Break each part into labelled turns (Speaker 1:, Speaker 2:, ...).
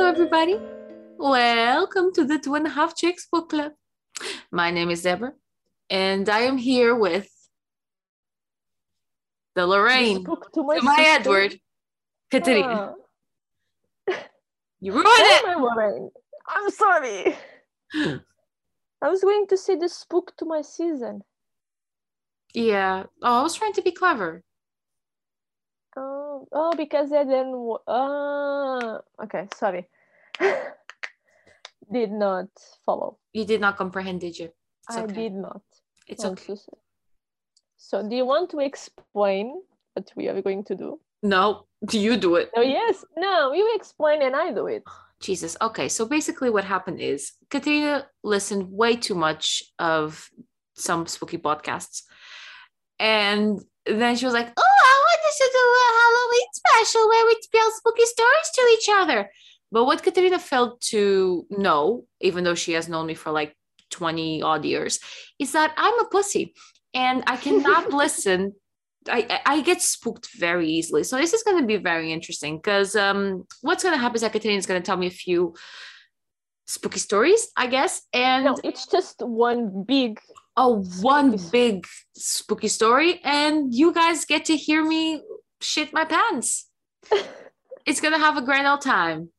Speaker 1: everybody. Welcome to the Two and a Half Chicks Book Club. My name is Deborah, and I am here with the Lorraine,
Speaker 2: spoke to
Speaker 1: my,
Speaker 2: my, sister.
Speaker 1: Edward. Katerina.
Speaker 2: Ah,
Speaker 1: You ruined it.
Speaker 2: damn, my Lorraine. I'm sorry. I was going to say the spook to my season.
Speaker 1: Yeah. Oh, I was trying to be clever.
Speaker 2: Oh, oh because I didn't. wa- Ah, okay, sorry. did not follow.
Speaker 1: You did not comprehend, did you? It's
Speaker 2: I
Speaker 1: okay.
Speaker 2: did not.
Speaker 1: It's
Speaker 2: I'm
Speaker 1: okay.
Speaker 2: so sorry. So, do you want to explain what we are going to do?
Speaker 1: No, you do it.
Speaker 2: Oh, yes. No, you explain and I do it.
Speaker 1: Jesus. Okay. So basically, what happened is Katrina listened way too much of some spooky podcasts. And then she was like, Oh, I want us to do a Halloween special where we tell spooky stories to each other. But what Katrina failed to know, even though she has known me for like 20 odd years, is that I'm a pussy and I cannot listen. I, I- I get spooked very easily. So this is going to be very interesting because um, what's going to happen is that Katrina is going to tell me a few spooky stories, I guess. And
Speaker 2: No, it's just one big.
Speaker 1: oh one
Speaker 2: Spooky.
Speaker 1: big spooky story and you guys get to hear me shit my pants it's gonna have a grand old time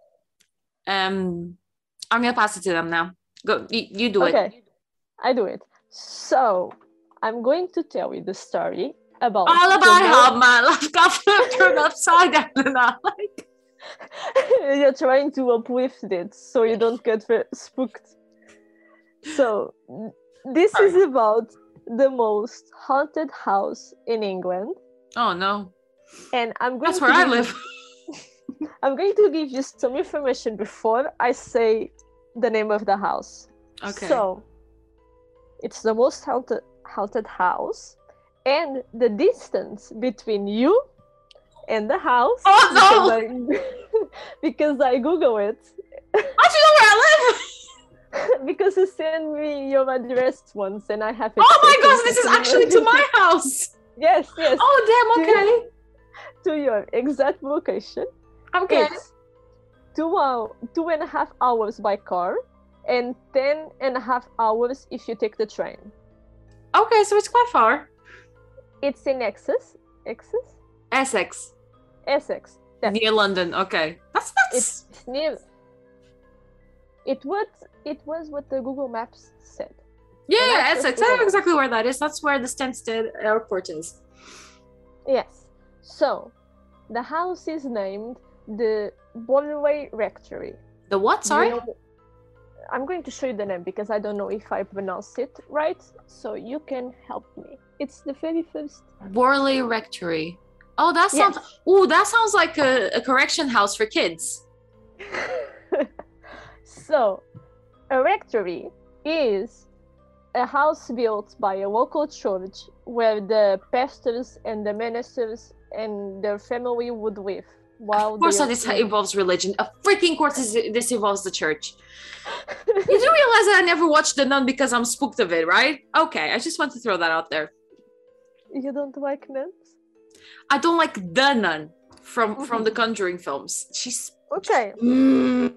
Speaker 1: um i'm gonna pass it to them now go you, you do it
Speaker 2: Okay, I do it. So, I'm going to tell you the story about.
Speaker 1: all
Speaker 2: the
Speaker 1: about
Speaker 2: girl-
Speaker 1: how my life got turned upside down and I'm like
Speaker 2: you're trying to uplift it so you don't get ve- spooked. So, this is about the most haunted house in England,
Speaker 1: oh no
Speaker 2: and I'm going
Speaker 1: that's
Speaker 2: to
Speaker 1: where i
Speaker 2: give-
Speaker 1: live
Speaker 2: I'm going to give you some information before I say the name of the house.
Speaker 1: okay
Speaker 2: So, it's the most haunted haunted house, and the distance between you and the house.
Speaker 1: Oh, no!
Speaker 2: Because I, because I Google it.
Speaker 1: how do you know where i live
Speaker 2: because you sent me your address once and I have it.
Speaker 1: oh my
Speaker 2: taken
Speaker 1: gosh this is
Speaker 2: to-
Speaker 1: actually to my house
Speaker 2: Yes, yes,
Speaker 1: oh damn okay
Speaker 2: to your exact location.
Speaker 1: okay
Speaker 2: It's two, hour, two and a half hours by car and ten and a half hours if you take the train.
Speaker 1: okay so it's quite far
Speaker 2: It's in Essex, Essex,
Speaker 1: essex
Speaker 2: Essex. That-
Speaker 1: near london okay that's that's
Speaker 2: It's near. It was it was what the Google Maps said.
Speaker 1: Yeah,
Speaker 2: And
Speaker 1: yeah,
Speaker 2: that's
Speaker 1: Essex.
Speaker 2: just
Speaker 1: I
Speaker 2: the
Speaker 1: know
Speaker 2: road.
Speaker 1: exactly where that is. That's where the Stansted Airport is.
Speaker 2: Yes. So, the house is named the Bonway Rectory.
Speaker 1: The what?
Speaker 2: Do you
Speaker 1: Sorry.
Speaker 2: know- I'm going to show you the name because I don't know if I pronounce it right, so you can help me. It's the very first.
Speaker 1: Worley Rectory. Oh, that sounds.
Speaker 2: Yes.
Speaker 1: Ooh, that sounds like a, a correction house for kids.
Speaker 2: so, a rectory is a house built by a local church where the pastors and the ministers and their family would live. While
Speaker 1: of course,
Speaker 2: they-
Speaker 1: that this involves religion. Of freaking course, this, this involves the church. You do realize that I never watched The Nun because I'm spooked of it, right? Okay, I just want to throw that out there.
Speaker 2: you don't like nuns?
Speaker 1: I don't like The Nun from from the Conjuring films. She's.
Speaker 2: Okay,
Speaker 1: Mm.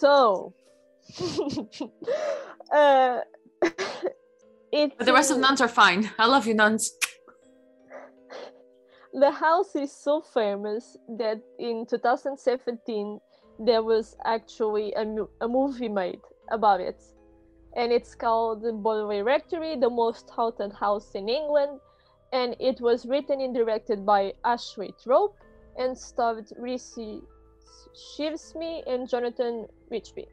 Speaker 2: So, uh, it
Speaker 1: But the rest of
Speaker 2: is-
Speaker 1: nuns are fine. I love you, nuns.
Speaker 2: the house is so famous that in 2017 there was actually a, mu- a movie made about it, and it's called the Broadway Rectory, the most haunted house in England, and it was written and directed by Ashley Trope and starred Reese Shearsme and Jonathan Richby.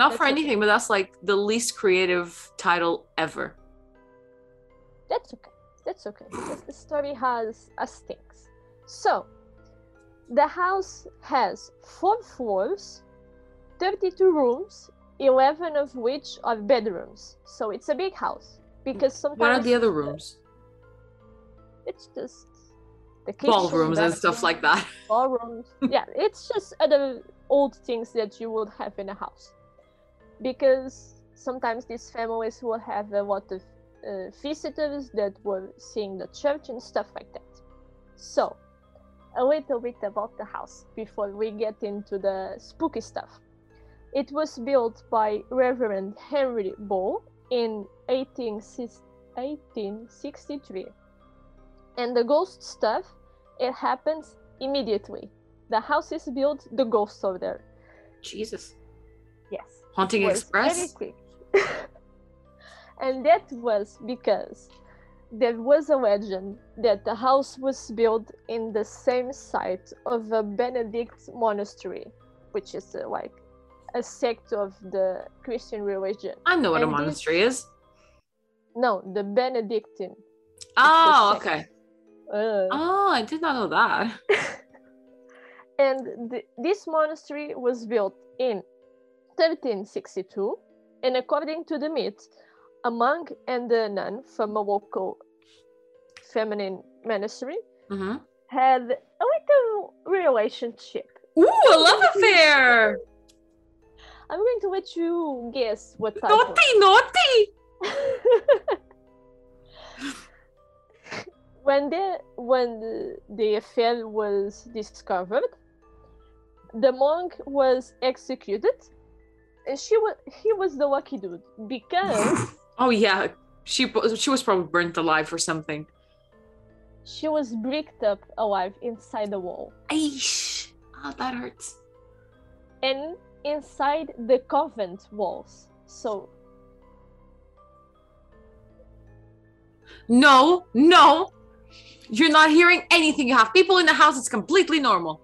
Speaker 1: Not for
Speaker 2: That's okay.
Speaker 1: anything, but that's like the least creative title ever.
Speaker 2: That's okay. That's okay. Because the story has a stakes. So, the house has four floors, 32 rooms, 11 of which are bedrooms. So it's a big house. Because sometimes
Speaker 1: What are the other rooms?
Speaker 2: it's just the kitchen,
Speaker 1: Ballrooms and stuff like that.
Speaker 2: bathroom, Ballrooms. yeah, it's just other old things that you would have in a house. Because sometimes these families will have a lot of uh, visitors that were seeing the church and stuff like that. So, a little bit about the house before we get into the spooky stuff. It was built by Reverend Henry Ball in 1860 1863. And the ghost stuff, it happens immediately. The house is built, the ghosts are there.
Speaker 1: Jesus.
Speaker 2: Yes.
Speaker 1: Haunting
Speaker 2: was
Speaker 1: Express?
Speaker 2: Very quick. and that was because there was a legend that the house was built in the same site of a Benedict monastery, which is uh, like a sect of the Christian religion.
Speaker 1: I know what a
Speaker 2: And this-
Speaker 1: monastery is.
Speaker 2: No, the Benedictine.
Speaker 1: Oh,
Speaker 2: sect.
Speaker 1: okay.
Speaker 2: Uh,
Speaker 1: Oh, I did not know that.
Speaker 2: and th- this monastery was built in 1362 and according to the myth a monk and a nun from a local feminine monastery
Speaker 1: hmm
Speaker 2: had a little relationship
Speaker 1: Ooh, a love affair.
Speaker 2: i'm going to let you guess what type of-
Speaker 1: Naughty, naughty.
Speaker 2: when the when the, the affair was discovered, the monk was executed, and she was he was the lucky dude because
Speaker 1: Oh yeah, she po- she was probably burnt alive or something.
Speaker 2: she was bricked up alive inside the wall,
Speaker 1: Aish. Oh, that hurts.
Speaker 2: and inside the convent walls. So
Speaker 1: No, no. You're not hearing anything. You have people in the house. It's completely normal.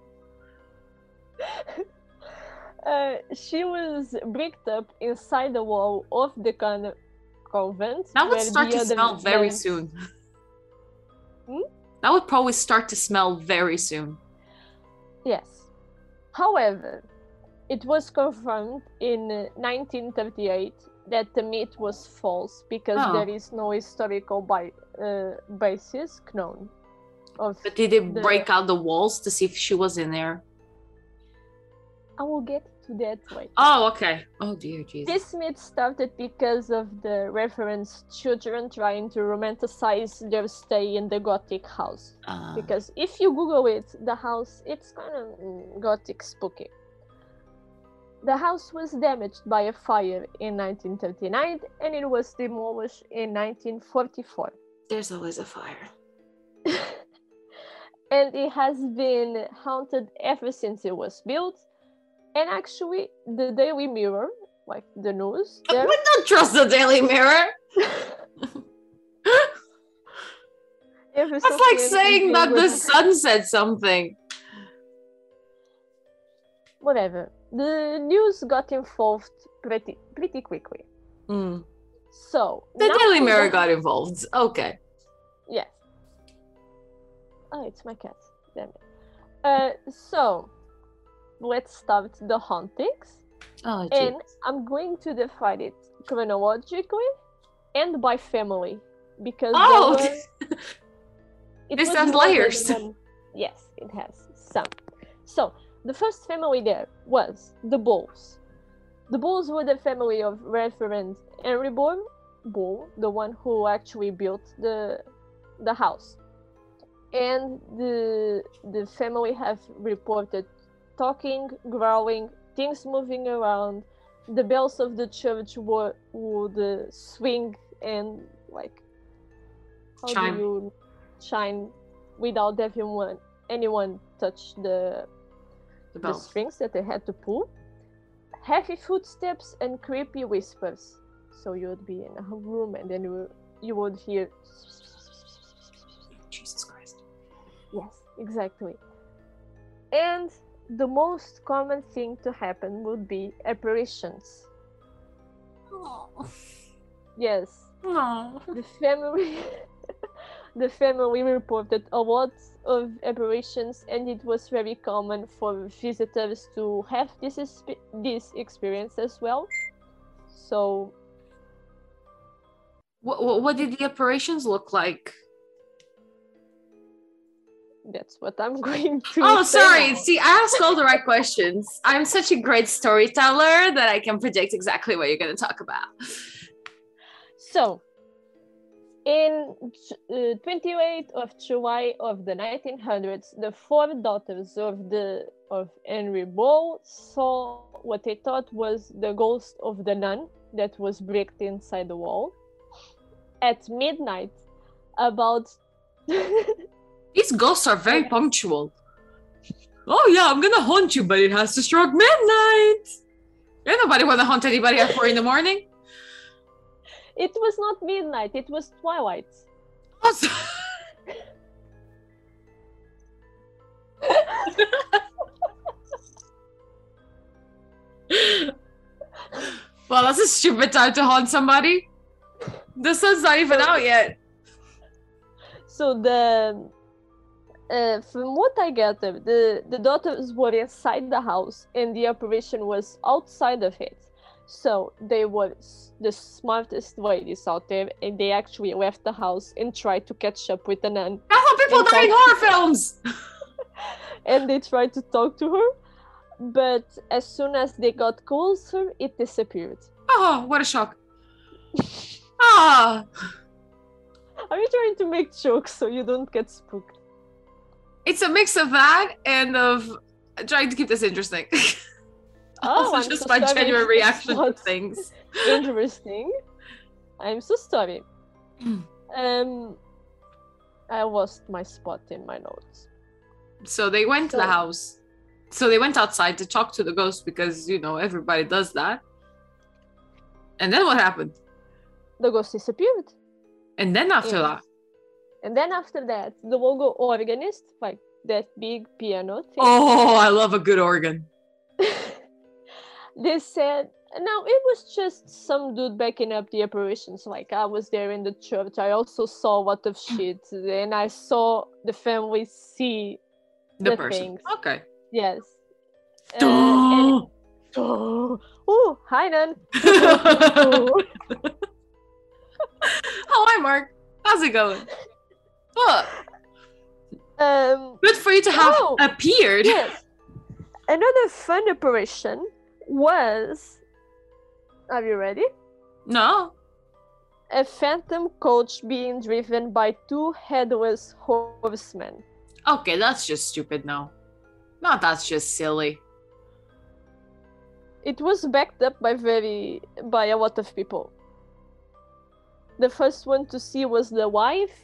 Speaker 2: uh, she was bricked up inside the wall of the con- convent.
Speaker 1: That would
Speaker 2: where
Speaker 1: start
Speaker 2: the
Speaker 1: to
Speaker 2: other
Speaker 1: smell very
Speaker 2: nuns-
Speaker 1: soon.
Speaker 2: Hmm?
Speaker 1: That would probably start to smell very soon.
Speaker 2: Yes. However, it was confirmed in uh, 1938 that the myth was false because
Speaker 1: Oh.
Speaker 2: there is no historical bi- uh, basis known. Of
Speaker 1: But did they
Speaker 2: The-
Speaker 1: break out the walls to see if she was in there?
Speaker 2: I will get to that later.
Speaker 1: Oh, okay. Oh dear Jesus.
Speaker 2: This myth started because of the reference children trying to romanticize their stay in the Gothic house.
Speaker 1: Uh,
Speaker 2: because if you google it the house it's kind of mm, gothic spooky the house was damaged by a fire in 1939 and it was demolished in 1944
Speaker 1: there's always a fire.
Speaker 2: and it has been haunted ever since it was built and actually the daily mirror like the news
Speaker 1: I
Speaker 2: there,
Speaker 1: would not trust the Daily Mirror.
Speaker 2: every
Speaker 1: That's like
Speaker 2: Sophia
Speaker 1: saying
Speaker 2: Anthony
Speaker 1: that the
Speaker 2: was-
Speaker 1: sun said something.
Speaker 2: whatever the news got involved pretty pretty quickly
Speaker 1: Mm.
Speaker 2: so
Speaker 1: The
Speaker 2: now
Speaker 1: Daily
Speaker 2: we
Speaker 1: Mirror
Speaker 2: have-
Speaker 1: got involved. Okay.
Speaker 2: Yes. Oh, it's my cat. Damn it. Uh, so, let's start the hauntings,
Speaker 1: Oh,
Speaker 2: and I'm going to define it chronologically and by family because there
Speaker 1: Oh,
Speaker 2: were- it
Speaker 1: This
Speaker 2: was
Speaker 1: has
Speaker 2: more than
Speaker 1: layers.
Speaker 2: one- Yes, it has some. So, the first family there was the Bulls. The Bulls were the family of Reverend Henry Bull, Bull, the one who actually built the the house. And the the family have reported talking, growling, things moving around. The bells of the church were would uh, swing and like how
Speaker 1: Chime.
Speaker 2: do you shine without everyone anyone touch the
Speaker 1: the
Speaker 2: the
Speaker 1: bell.
Speaker 2: strings that they had to pull. Heavy footsteps and creepy whispers. So you would be in a room and then you you would hear
Speaker 1: Jesus Christ.
Speaker 2: Yes, exactly. And the most common thing to happen would be apparitions. Yes,
Speaker 1: No.
Speaker 2: the family the family reported a lot of apparitions and it was very common for visitors to have this exp- this experience as well. So
Speaker 1: What, what, what did the operations look like?
Speaker 2: that's what I'm going to
Speaker 1: Oh,
Speaker 2: say
Speaker 1: sorry.
Speaker 2: now.
Speaker 1: See, I asked all the right questions. I'm such a great storyteller that I can predict exactly what you're going to talk about.
Speaker 2: So, In uh, 28 of July of the 1900s, the four daughters of the of Henry Ball saw what they thought was the ghost of the nun that was bricked inside the wall. At midnight, about
Speaker 1: These ghosts are very punctual. Oh yeah, I'm gonna haunt you, but it has to stroke midnight. Ain't nobody wanna haunt anybody at four in the morning.
Speaker 2: it was not midnight; it was twilight.
Speaker 1: Also- well, that's a stupid time to haunt somebody. The sun's not even out yet.
Speaker 2: So the uh, from what I gather, the the daughters were inside the house and the operation was outside of it. So they were s- the smartest ladies out there, and they actually left the house and tried to catch up with the nun,
Speaker 1: That's how people die in horror films.
Speaker 2: and they tried to talk to her. But as soon as they got closer, it disappeared.
Speaker 1: Oh, what a shock. Ah,
Speaker 2: Are you trying to make jokes so you don't get spooked?
Speaker 1: it's a mix of that and of trying to keep this interesting. also,
Speaker 2: Oh, I'm
Speaker 1: just
Speaker 2: so
Speaker 1: my
Speaker 2: sorry.
Speaker 1: genuine
Speaker 2: It's
Speaker 1: reaction to
Speaker 2: not-
Speaker 1: things.
Speaker 2: interesting. I'm so sorry. um, I lost my spot in my notes.
Speaker 1: So they went to the
Speaker 2: So-
Speaker 1: house. So they went outside to talk to the ghost because you know everybody does that. And then what happened?
Speaker 2: The ghost disappeared,
Speaker 1: And then after
Speaker 2: Yeah.
Speaker 1: that,
Speaker 2: and then after that, the logo organist, like that big piano thing,
Speaker 1: oh, I love a good organ.
Speaker 2: they said, "No, it was just some dude backing up the apparitions. Like I was there in the church. I also saw what of shit, and I saw the family see.
Speaker 1: The,
Speaker 2: The
Speaker 1: person.
Speaker 2: things.
Speaker 1: Okay.
Speaker 2: Yes." Uh, and- oh, hi, Nan.
Speaker 1: Hello,
Speaker 2: Oh.
Speaker 1: hi Mark. How's it going? Look,
Speaker 2: um,
Speaker 1: good for you to have
Speaker 2: Oh.
Speaker 1: appeared.
Speaker 2: yes. Another fun operation was. Are you ready?
Speaker 1: No.
Speaker 2: A phantom coach being driven by two headless horsemen.
Speaker 1: Okay, that's just stupid now. No, that's just silly.
Speaker 2: It was backed up by very by a lot of people. The first one to see was the wife,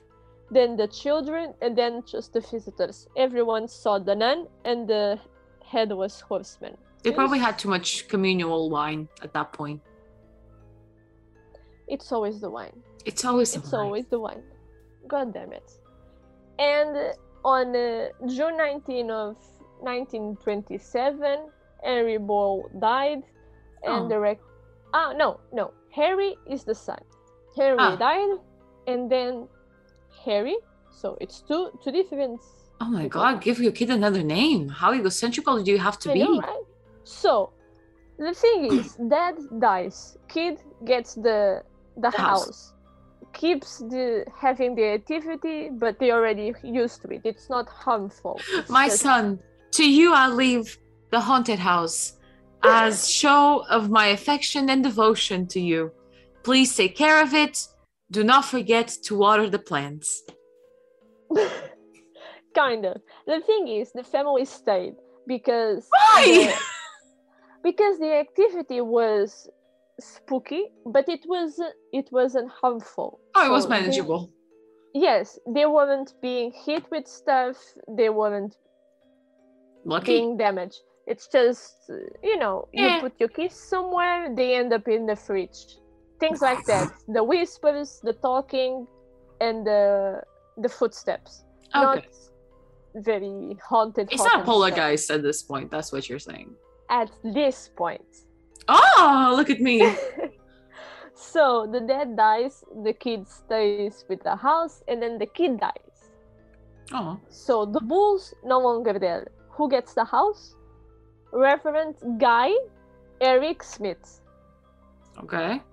Speaker 2: then the children, and then just the visitors. Everyone saw the nun and the headless horseman.
Speaker 1: They
Speaker 2: Yes.
Speaker 1: probably had too much communal wine at that point.
Speaker 2: It's always the wine.
Speaker 1: It's always
Speaker 2: It's
Speaker 1: wine.
Speaker 2: always the one. God damn it. And uh, on uh, June 19 of 1927, Henry Ball died, and
Speaker 1: Oh.
Speaker 2: the rec- ah no no Harry is the son. Henry
Speaker 1: Ah.
Speaker 2: died, and then Harry. So it's two two different.
Speaker 1: Oh my
Speaker 2: people.
Speaker 1: god, give your kid another name. How egocentrical do you have to
Speaker 2: I
Speaker 1: be?
Speaker 2: know, right? So the thing is, dad dies, kid gets the the
Speaker 1: The house.
Speaker 2: house. keeps the having the activity, but they already used to it. It's not harmful. It's
Speaker 1: My
Speaker 2: just-
Speaker 1: son, to you I leave the haunted house as show of my affection and devotion to you. Please take care of it. Do not forget to water the plants.
Speaker 2: kind of. The thing is, the family stayed because
Speaker 1: Why?
Speaker 2: the- because the activity was spooky, but it was it wasn't harmful.
Speaker 1: Oh, it was
Speaker 2: So they-
Speaker 1: manageable.
Speaker 2: yes, they weren't being hit with stuff. They weren't
Speaker 1: Lucky.
Speaker 2: being damaged. It's just uh, you know
Speaker 1: Yeah.
Speaker 2: you put your keys somewhere, they end up in the fridge. Things like that. The whispers, the talking, and the the footsteps.
Speaker 1: Okay.
Speaker 2: Not very haunted.
Speaker 1: It's not
Speaker 2: haunted stuff
Speaker 1: poltergeist at this point. That's what you're saying.
Speaker 2: At this point.
Speaker 1: Oh, look at me.
Speaker 2: so the dad dies, the kid stays with the house, and then the kid dies.
Speaker 1: Oh,
Speaker 2: So the bulls no longer there. Who gets the house? Reverend Guy Eric Smith.
Speaker 1: okay.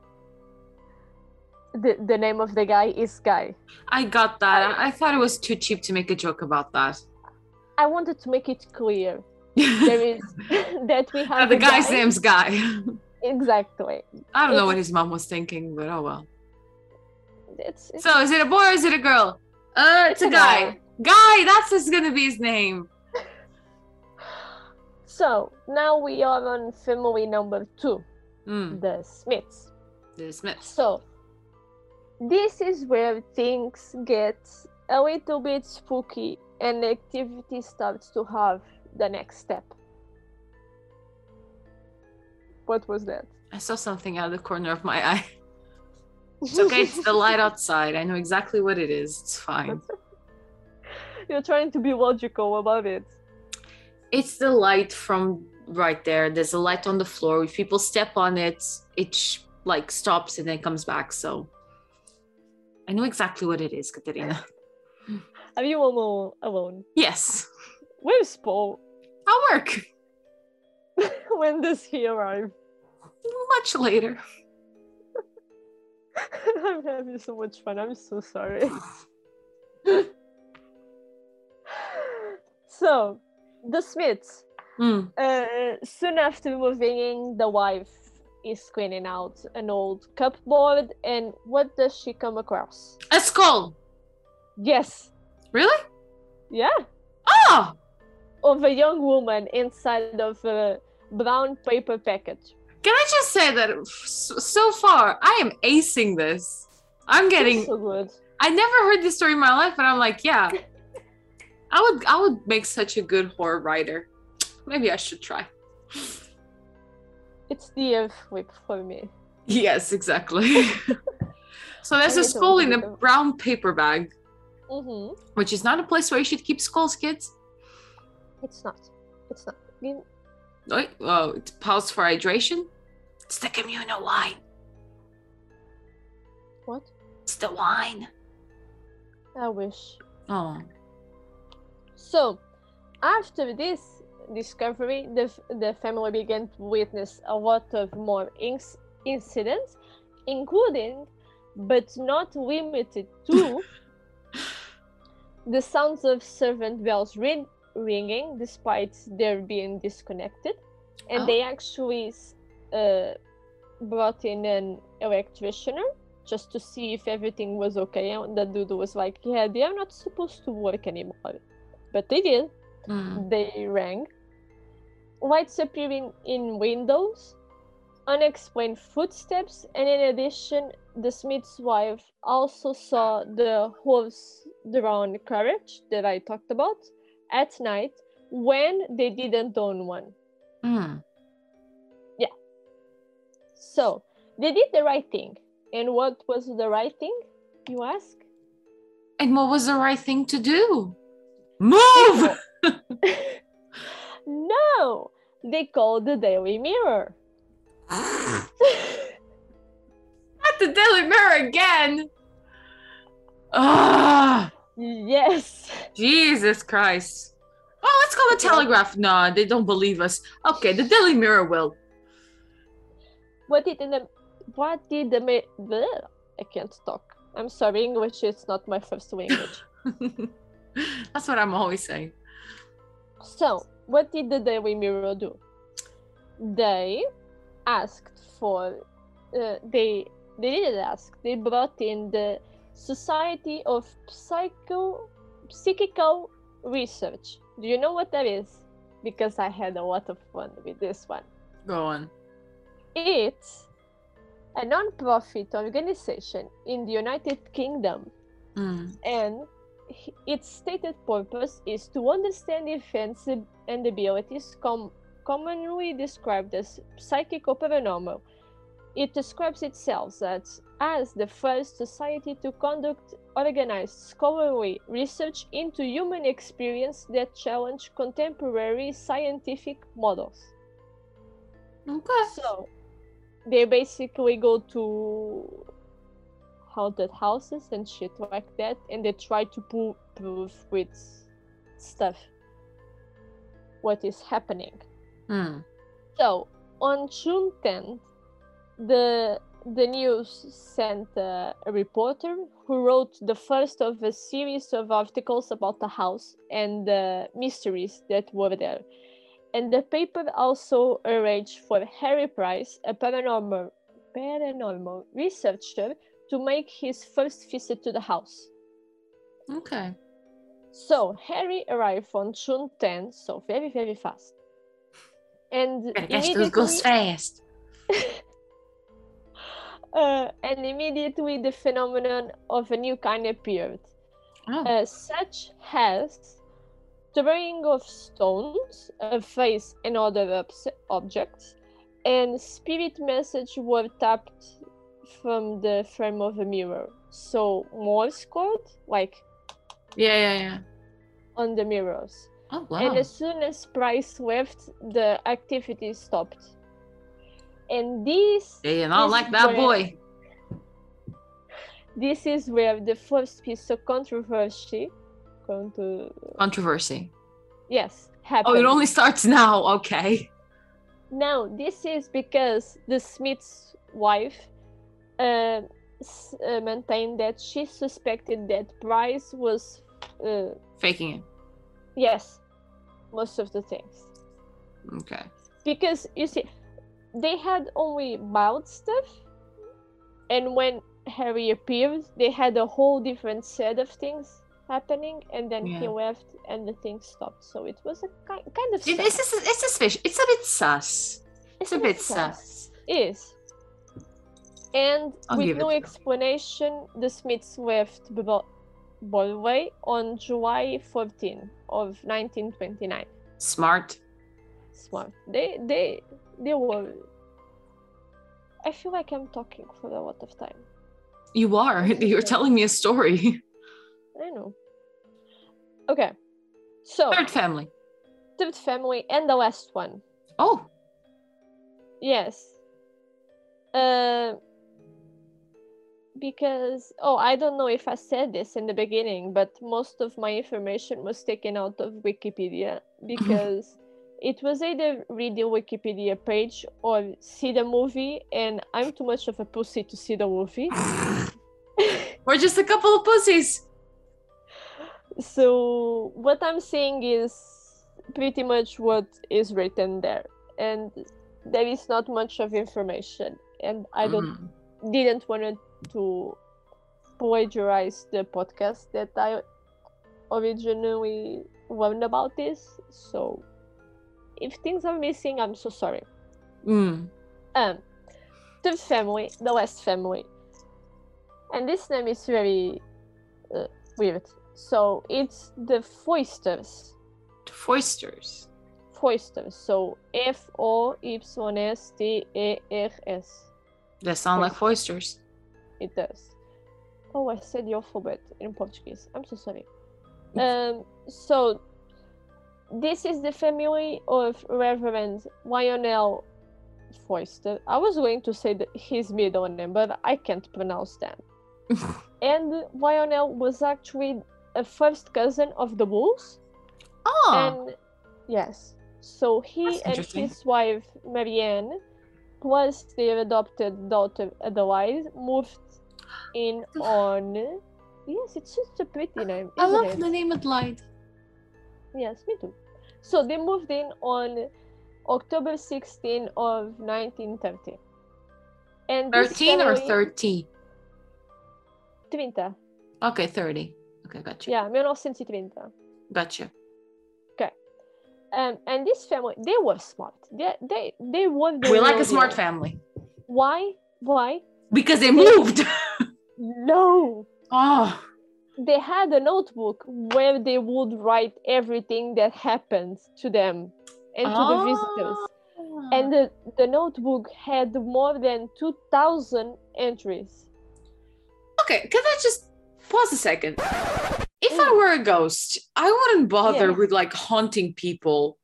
Speaker 2: the, the name of the guy is Guy.
Speaker 1: I got that. I, I thought it was too cheap to make a joke about that.
Speaker 2: I wanted to make it clear there is that we have
Speaker 1: the
Speaker 2: a
Speaker 1: guy's
Speaker 2: guy.
Speaker 1: name's Guy.
Speaker 2: exactly.
Speaker 1: I don't know what his mom was thinking, but oh well.
Speaker 2: It's, it's
Speaker 1: So is it a boy or is it a girl? Uh, it's a guy. Guy, that's just gonna be his name.
Speaker 2: So now we are on family number two,
Speaker 1: Mm,
Speaker 2: the Smiths.
Speaker 1: the Smiths.
Speaker 2: So this is where things get a little bit spooky and the activity starts to have the next step. What was that?
Speaker 1: I saw something out of the corner of my eye. It's okay, it's the light outside. I know exactly what it is. It's fine.
Speaker 2: You're trying to be logical about it.
Speaker 1: It's the light from right there. There's a light on the floor. If people step on it, it sh- like stops and then comes back. So I know exactly what it is, Katerina.
Speaker 2: Are you alone? Alone?
Speaker 1: Yes,
Speaker 2: Where's Paul?
Speaker 1: I'll work
Speaker 2: when does he arrive?
Speaker 1: much later.
Speaker 2: I'm having so much fun. I'm so sorry. so, the Smiths.
Speaker 1: Mm,
Speaker 2: Uh, soon after moving in, the wife is cleaning out an old cupboard, and what does she come across?
Speaker 1: A skull.
Speaker 2: Yes,
Speaker 1: Really?
Speaker 2: yeah,
Speaker 1: Oh,
Speaker 2: of a young woman inside of a brown paper package.
Speaker 1: can I just say that f- so far I am acing this. I'm getting
Speaker 2: so good.
Speaker 1: I never heard this story in my life, and I'm like, yeah, I would, I would make such a good horror writer. Maybe I should try.
Speaker 2: It's the F whip for me.
Speaker 1: Yes, exactly. so there's a
Speaker 2: Maybe
Speaker 1: skull in a
Speaker 2: don't.
Speaker 1: brown paper bag,
Speaker 2: Mm-hmm.
Speaker 1: which is not a place where you should keep skulls, kids.
Speaker 2: It's not. It's not. I mean,
Speaker 1: Oh, oh it's pause for hydration. It's the communal wine.
Speaker 2: what?
Speaker 1: It's the wine.
Speaker 2: I wish.
Speaker 1: Oh,
Speaker 2: So, after this discovery, the, f- the family began to witness a lot of more inc- incidents, including, but not limited to, the sounds of servant bells ring- ringing, despite their being disconnected, and
Speaker 1: Oh.
Speaker 2: they actually s- uh, brought in an electricianer. Just to see if everything was okay, and the dude was like, "Yeah, they are not supposed to work anymore." but they did.
Speaker 1: Mm.
Speaker 2: They rang. Lights appearing in windows, unexplained footsteps, and in addition, the Smith's wife also saw the horse-drawn carriage that I talked about at night when they didn't own one.
Speaker 1: Mm.
Speaker 2: So they did the right thing. And what was the right thing, you ask?
Speaker 1: and what was the right thing to do? Move.
Speaker 2: no, they called the Daily Mirror.
Speaker 1: Not the Daily Mirror again. Ah,
Speaker 2: yes.
Speaker 1: Jesus Christ. Oh, let's call the Telegraph. No, they don't believe us. Okay, the Daily Mirror will.
Speaker 2: What did the what did the ma- bleh, I can't talk. I'm sorry, English is not my first language.
Speaker 1: That's what I'm always saying.
Speaker 2: so, what did the Daily Mirror do? They asked for uh, they they didn't ask. They brought in the Society of Psycho Psychical Research. Do you know what that is? Because I had a lot of fun with this one.
Speaker 1: Go on.
Speaker 2: It's a non-profit organization in the United Kingdom,
Speaker 1: Mm.
Speaker 2: and h- its stated purpose is to understand events ab- and abilities com- commonly described as psychic or paranormal. It describes itself as, as the first society to conduct organized scholarly research into human experience that challenge contemporary scientific models.
Speaker 1: Okay.
Speaker 2: So they basically go to haunted houses and shit like that, and they try to pro- prove with stuff what is happening.
Speaker 1: Mm.
Speaker 2: So on June 10th, the the news sent uh, a reporter who wrote the first of a series of articles about the house and the mysteries that were there. And the paper also arranged for Harry Price, a paranormal paranormal researcher to make his first visit to the house.
Speaker 1: Okay.
Speaker 2: So Harry arrived on June 10, so very, very fast. And
Speaker 1: I guess this goes
Speaker 2: immediately-
Speaker 1: fast.
Speaker 2: uh, and immediately the phenomenon of a new kind appeared,
Speaker 1: Oh,
Speaker 2: uh, such as throwing of stones, a face and other obs- objects, and spirit message were tapped from the frame of a mirror. So Morse code, like
Speaker 1: yeah, yeah, yeah.
Speaker 2: on the mirrors.
Speaker 1: Oh, wow.
Speaker 2: And as soon as Price left, the activity stopped. And this
Speaker 1: they did not
Speaker 2: is
Speaker 1: like that
Speaker 2: where-
Speaker 1: boy.
Speaker 2: this is where the first piece of controversy going to
Speaker 1: Controversy.
Speaker 2: yes happened.
Speaker 1: Oh, it only starts now. Okay.
Speaker 2: Now this is because the Smith's wife uh, s- uh, maintained that she suspected that Price was uh,
Speaker 1: Faking it.
Speaker 2: yes most of the things
Speaker 1: Okay.
Speaker 2: because you see they had only mild stuff and when harry appeared they had a whole different set of things happening and then he
Speaker 1: Yeah.
Speaker 2: left and the thing stopped so it was a kind, kind of
Speaker 1: It-
Speaker 2: sus.
Speaker 1: It's, it's, it's suspicious. It's a bit sus. It's a bit sus.
Speaker 2: is and
Speaker 1: I'll
Speaker 2: with
Speaker 1: give it
Speaker 2: no
Speaker 1: to you.
Speaker 2: explanation the smiths left Bro- broadway on july 14 of 1929
Speaker 1: Smart.
Speaker 2: smart. They they they were. I feel like I'm talking for a lot of time.
Speaker 1: You are. You're telling me a story.
Speaker 2: I know. Okay, so
Speaker 1: Third family.
Speaker 2: third family and the last one.
Speaker 1: Oh,
Speaker 2: Yes. Uh, because oh, I don't know if I said this in the beginning, but most of my information was taken out of Wikipedia because it was either read the Wikipedia page or see the movie, and I'm too much of a pussy to see the movie.
Speaker 1: we're just a couple of pussies.
Speaker 2: so what I'm saying is pretty much what is written there, and there is not much of information, and I don't
Speaker 1: Mm.
Speaker 2: didn't want to plagiarize the podcast that I originally learned about this. So if things are missing, I'm so sorry.
Speaker 1: Mm.
Speaker 2: Um, the family, the last family, and this name is very uh, weird. So it's the Foisters.
Speaker 1: Foisters.
Speaker 2: Foisters. So F O Y S T E R S.
Speaker 1: They sound like foisters.
Speaker 2: It does. Oh, I said the alphabet in Portuguese. I'm so sorry. Um, so this is the family of Reverend Lionel Foister. I was going to say the, his middle name, but I can't pronounce that. and Lionel was actually a first cousin of the Wolves,
Speaker 1: Oh,
Speaker 2: and yes, so he
Speaker 1: That's
Speaker 2: and
Speaker 1: interesting.
Speaker 2: his wife Marianne, plus their adopted daughter Adelaide, moved in
Speaker 1: The f-
Speaker 2: on. Yes, it's just a pretty name.
Speaker 1: I
Speaker 2: isn't
Speaker 1: love
Speaker 2: it?
Speaker 1: the name Adelaide.
Speaker 2: Yes, me too. So they moved in on October 16 of 1930. And this
Speaker 1: 13 or
Speaker 2: family-
Speaker 1: 30?
Speaker 2: 30.
Speaker 1: Okay, 30. Okay, gotcha.
Speaker 2: Yeah, 1930.
Speaker 1: Gotcha.
Speaker 2: Um, and this family, they were smart. They they they were. the
Speaker 1: We like
Speaker 2: real
Speaker 1: a smart
Speaker 2: deal.
Speaker 1: family
Speaker 2: Why? Why?
Speaker 1: because they moved.
Speaker 2: No.
Speaker 1: Oh,
Speaker 2: They had a notebook where they would write everything that happened to them and to
Speaker 1: Ah.
Speaker 2: the
Speaker 1: Oh.
Speaker 2: visitors. And the, the notebook had more than 2,000 entries.
Speaker 1: Okay, can I just pause a second? If I
Speaker 2: Mm.
Speaker 1: were a ghost, I wouldn't bother
Speaker 2: Yeah.
Speaker 1: with like haunting people.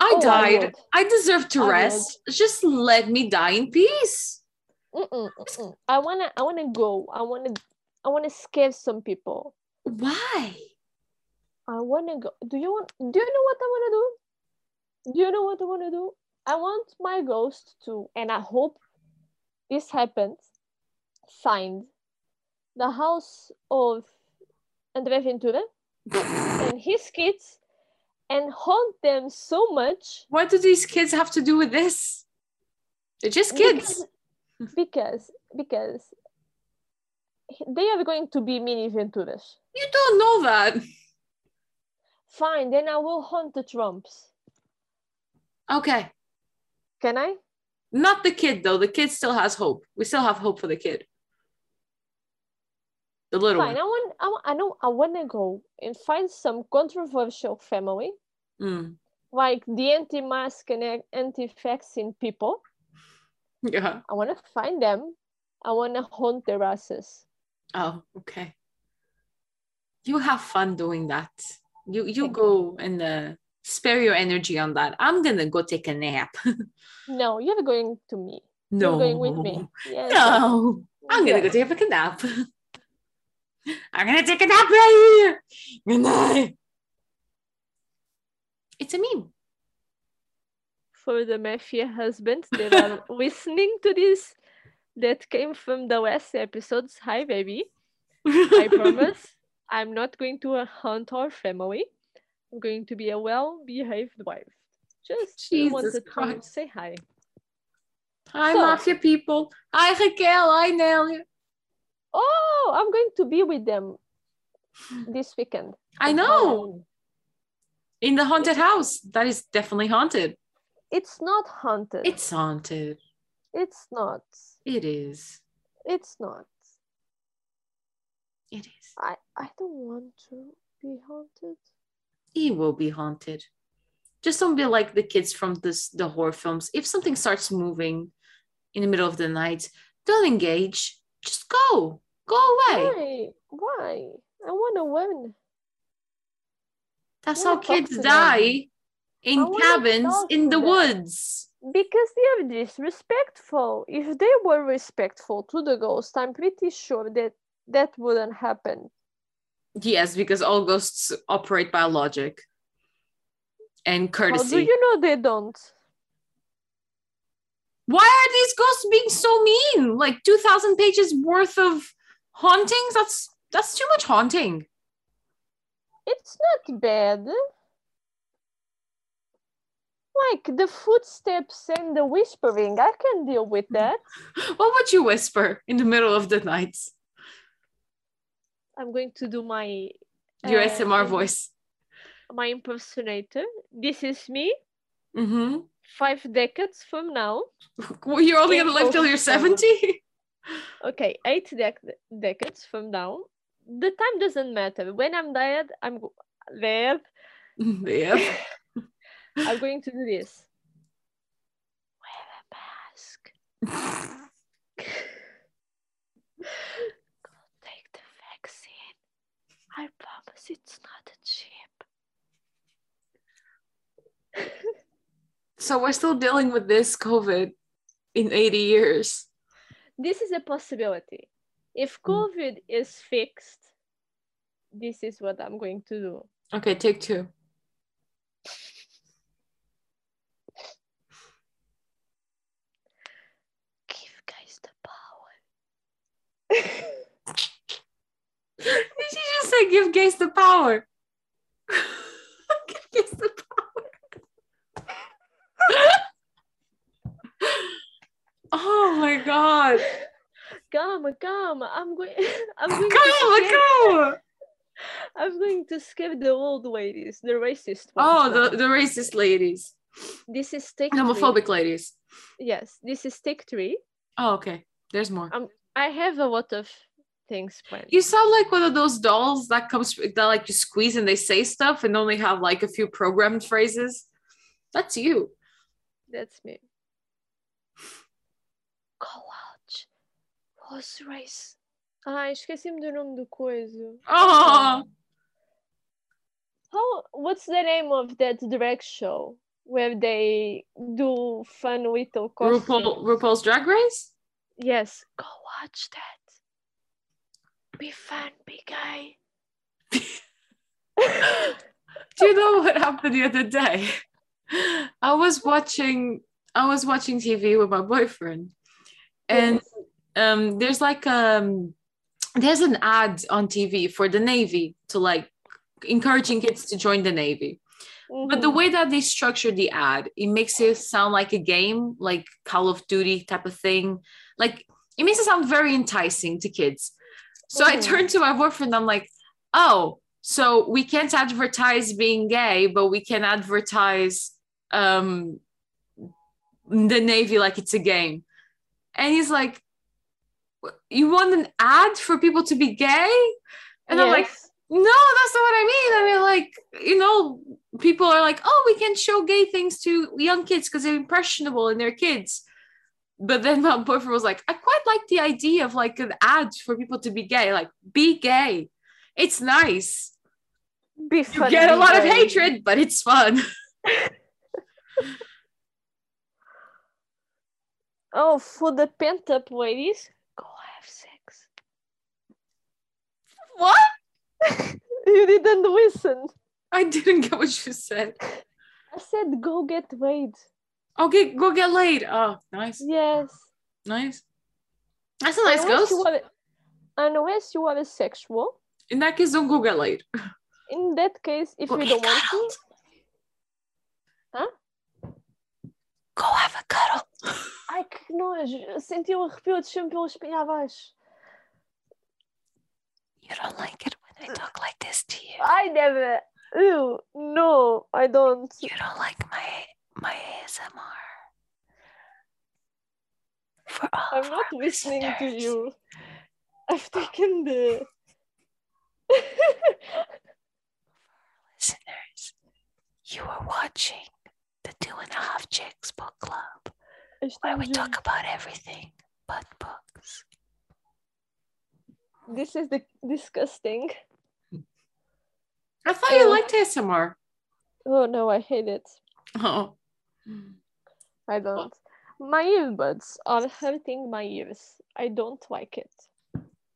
Speaker 1: I
Speaker 2: Oh, I
Speaker 1: died.
Speaker 2: would.
Speaker 1: I, deserve to
Speaker 2: I would.
Speaker 1: rest. Just let me die in peace.
Speaker 2: Mm-mm, mm-mm. I wanna, I wanna go. I wanna, I wanna scare some people.
Speaker 1: Why?
Speaker 2: I wanna go. Do you want? Do you know what I wanna do? Do you know what I wanna do? I want my ghost to, and I hope this happens. Find the house of André Ventura and his kids, and haunt them so much
Speaker 1: what do these kids have to do with this? They're just kids.
Speaker 2: because because because they are going to be mini Venturas.
Speaker 1: You don't know that.
Speaker 2: Fine, then I will hunt the Trumps.
Speaker 1: Okay.
Speaker 2: Can I?
Speaker 1: Not the kid though. The kid still has hope. We still have hope for the kid. The little
Speaker 2: Fine, I want, I want, I know, I want to go and find some controversial family,
Speaker 1: one.
Speaker 2: like the anti-mask and anti-vaccine people.
Speaker 1: Mm. Yeah.
Speaker 2: I want to find them. I want to hunt their asses.
Speaker 1: Oh, okay. You have fun doing that. You you
Speaker 2: Thank
Speaker 1: go and uh, spare your energy on that. I'm gonna go take a nap.
Speaker 2: No, you're going to me.
Speaker 1: no,
Speaker 2: You're going with me. Yes.
Speaker 1: No, I'm gonna
Speaker 2: Okay.
Speaker 1: go take a nap. I'm gonna take a nap right here. Good night. It's a meme.
Speaker 2: for the mafia husbands that are listening to this that came from the last episodes. Hi, baby. I promise I'm not going to uh, hunt our family. I'm going to be a well behaved wife. Just uh,
Speaker 1: Jesus
Speaker 2: wanted to
Speaker 1: Christ.
Speaker 2: say hi.
Speaker 1: Hi,
Speaker 2: So-
Speaker 1: mafia people. Hi, Raquel. Hi, Nelly.
Speaker 2: Oh, I'm going to be with them this weekend. Um,
Speaker 1: I
Speaker 2: It's my
Speaker 1: know.
Speaker 2: honeymoon.
Speaker 1: In the haunted house. That is definitely haunted.
Speaker 2: It's not haunted.
Speaker 1: It's haunted.
Speaker 2: it's not.
Speaker 1: It is.
Speaker 2: It's not.
Speaker 1: It is.
Speaker 2: I, I don't want to be haunted.
Speaker 1: He will be haunted. Just don't be like the kids from this the horror films. If something starts moving in the middle of the night, don't engage. Just go. Go away.
Speaker 2: Why? Why? I want to win.
Speaker 1: That's
Speaker 2: wanna
Speaker 1: how
Speaker 2: talk
Speaker 1: kids
Speaker 2: to them.
Speaker 1: die
Speaker 2: I
Speaker 1: in
Speaker 2: wanna
Speaker 1: cabins
Speaker 2: talk
Speaker 1: in
Speaker 2: to
Speaker 1: the
Speaker 2: them.
Speaker 1: woods.
Speaker 2: Because they are disrespectful. If they were respectful to the ghost, I'm pretty sure that that wouldn't happen.
Speaker 1: Yes, because all ghosts operate by logic and
Speaker 2: How
Speaker 1: courtesy.
Speaker 2: do you know they don't?
Speaker 1: Why are these ghosts being so mean? Like 2000 pages worth of hauntings? That's that's too much haunting.
Speaker 2: It's not bad. Like the footsteps and the whispering, I can deal with
Speaker 1: Hmm.
Speaker 2: that.
Speaker 1: What would you whisper in the middle of the night?
Speaker 2: I'm going to do my
Speaker 1: Your
Speaker 2: uh,
Speaker 1: SMR
Speaker 2: im-
Speaker 1: voice.
Speaker 2: my impersonator. This is me
Speaker 1: hmm
Speaker 2: five decades from now.
Speaker 1: You're only gonna
Speaker 2: Game
Speaker 1: live till
Speaker 2: over.
Speaker 1: you're 70?
Speaker 2: okay eight dec- decades from now the time doesn't matter when i'm dead i'm go- there
Speaker 1: yeah.
Speaker 2: i'm going to do this wear a mask take the vaccine i promise it's not a chip
Speaker 1: So we're still dealing with this COVID in 80 years.
Speaker 2: this is a possibility if covid is fixed this is what i'm going to do
Speaker 1: Okay, take two.
Speaker 2: give guys the power
Speaker 1: Did she just say give gays the power? give gays the power. oh my god.
Speaker 2: come come i'm going i'm going to
Speaker 1: Go,
Speaker 2: scare-
Speaker 1: go.
Speaker 2: I'm going to skip the old ladies, the racist ones.
Speaker 1: Oh,
Speaker 2: now.
Speaker 1: the, the racist ladies.
Speaker 2: this is take three.
Speaker 1: Homophobic ladies.
Speaker 2: Yes, this is take three.
Speaker 1: Oh, okay. There's more.
Speaker 2: Um, I have a lot of things planned.
Speaker 1: You sound like one of those dolls that comes that like you squeeze and they say stuff and only have like a few programmed phrases. That's you.
Speaker 2: That's me. Collage horse race. Ah, Ai, esqueci-me do nome do coisa.
Speaker 1: Oh,
Speaker 2: How? What's the name of that drag show where they do fun little costumes?
Speaker 1: RuPaul, RuPaul's Drag Race.
Speaker 2: Yes, go watch that. Be fun, be gay.
Speaker 1: Do you know what happened the other day? I was watching I was watching TV with my boyfriend, and um, there's like um, there's an ad on TV for the Navy to like encouraging kids to join the Navy. But the
Speaker 2: Mhm.
Speaker 1: way that they structure the ad, it makes it sound like a game, like Call of Duty type of thing. Like it makes it sound very enticing to kids. So I
Speaker 2: Mhm.
Speaker 1: turned to my boyfriend. I'm like, oh, so we can't advertise being gay, but we can advertise um, the Navy like it's a game. And he's like, you want an ad for people to be gay? And I'm like,
Speaker 2: Yes.
Speaker 1: no, that's not what I mean. I mean, like, you know, people are like, oh, we can show gay things to young kids because they're impressionable and they're kids. But then my boyfriend was like, I quite like the idea of like an ad for people to be gay. Like, be gay. It's nice.
Speaker 2: be
Speaker 1: You
Speaker 2: funny,
Speaker 1: get a
Speaker 2: be
Speaker 1: lot of
Speaker 2: gay.
Speaker 1: hatred, but it's fun.
Speaker 2: Oh, for the pent up ladies, go have sex.
Speaker 1: what?
Speaker 2: You didn't listen.
Speaker 1: I didn't get what you said.
Speaker 2: I said go get laid.
Speaker 1: Okay, go get laid. Oh, nice.
Speaker 2: Yes.
Speaker 1: Nice. That's a nice ghost.
Speaker 2: unless you are, unless you are a sexual.
Speaker 1: In that case, don't go get laid.
Speaker 2: In that case, if
Speaker 1: Go
Speaker 2: you
Speaker 1: get
Speaker 2: don't want
Speaker 1: cuddled.
Speaker 2: to, Huh?
Speaker 1: Go have a cuddle.
Speaker 2: ai que nojo, senti um arrepio de chão pelo espinho abaixo.
Speaker 1: You don't like it when I talk like this to you.
Speaker 2: I never. Ew, no, I don't.
Speaker 1: You don't like my my ASMR. For all
Speaker 2: I'm
Speaker 1: of
Speaker 2: not
Speaker 1: our
Speaker 2: listening to
Speaker 1: listeners.
Speaker 2: you. I've taken the.
Speaker 1: Listeners, you are watching the Two and a Half Chicks book club, where we talk about everything but books.
Speaker 2: This is the disgusting.
Speaker 1: I thought
Speaker 2: you
Speaker 1: you
Speaker 2: Oh.
Speaker 1: liked
Speaker 2: liked
Speaker 1: ASMR.
Speaker 2: Oh no, I hate it.
Speaker 1: Oh.
Speaker 2: I don't. My earbuds are hurting my ears. I don't like it.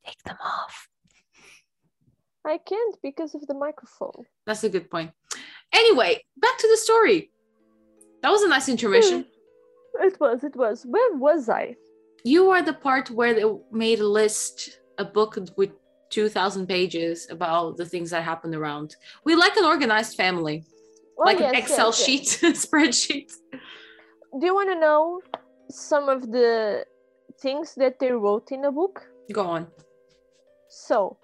Speaker 1: Take them off.
Speaker 2: I can't because of the microphone.
Speaker 1: That's a good point. Anyway, back to the story. That was a
Speaker 2: Hmm.
Speaker 1: nice intermission.
Speaker 2: It was, it was. Where was I?
Speaker 1: you are the part where they made a list a book with 2000 pages about the things that happened around we like an organized family
Speaker 2: Oh,
Speaker 1: like an
Speaker 2: yes,
Speaker 1: excel
Speaker 2: yes, yes.
Speaker 1: sheet spreadsheet
Speaker 2: Do you want to know some of the things that they wrote in the book?
Speaker 1: go on
Speaker 2: So,